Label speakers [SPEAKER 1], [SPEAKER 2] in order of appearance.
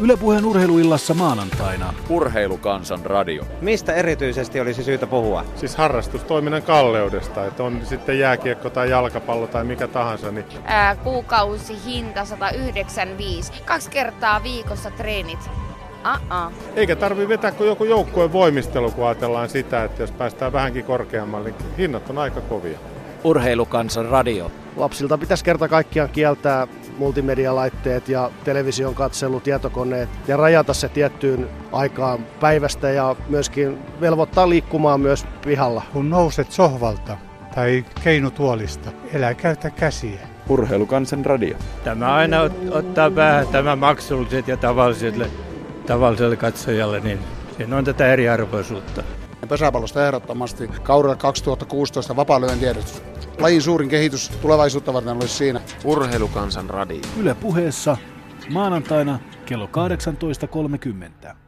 [SPEAKER 1] Ylepuheen urheiluillassa maanantaina.
[SPEAKER 2] Urheilukansan radio.
[SPEAKER 3] Mistä erityisesti olisi syytä puhua?
[SPEAKER 4] Siis harrastustoiminnan kalleudesta, että on sitten jääkiekko tai jalkapallo tai mikä tahansa. Niin...
[SPEAKER 5] Ää, kuukausihinta 195. Kaksi kertaa viikossa treenit. Uh-uh.
[SPEAKER 4] Eikä tarvi vetää kuin joku joukkueen voimistelu, kun ajatellaan sitä, että jos päästään vähänkin korkeammalle, niin hinnat on aika kovia.
[SPEAKER 6] Urheilukansan radio.
[SPEAKER 7] Lapsilta pitäisi kerta kaikkiaan kieltää multimedialaitteet ja television katselu, tietokoneet ja rajata se tiettyyn aikaan päivästä ja myöskin velvoittaa liikkumaan myös pihalla.
[SPEAKER 8] Kun nouset sohvalta tai keinutuolista, elä käytä käsiä.
[SPEAKER 2] Urheilukansan radio.
[SPEAKER 9] Tämä aina ottaa päähän tämä maksulliset ja tavalliselle, tavalliselle katsojalle, niin siinä on tätä eriarvoisuutta.
[SPEAKER 10] Pesäpallosta ehdottomasti kaudella 2016 vapaalyöntijärjestys lajin suurin kehitys tulevaisuutta varten olisi siinä.
[SPEAKER 2] Urheilukansan radio.
[SPEAKER 1] Yle puheessa maanantaina kello 18.30.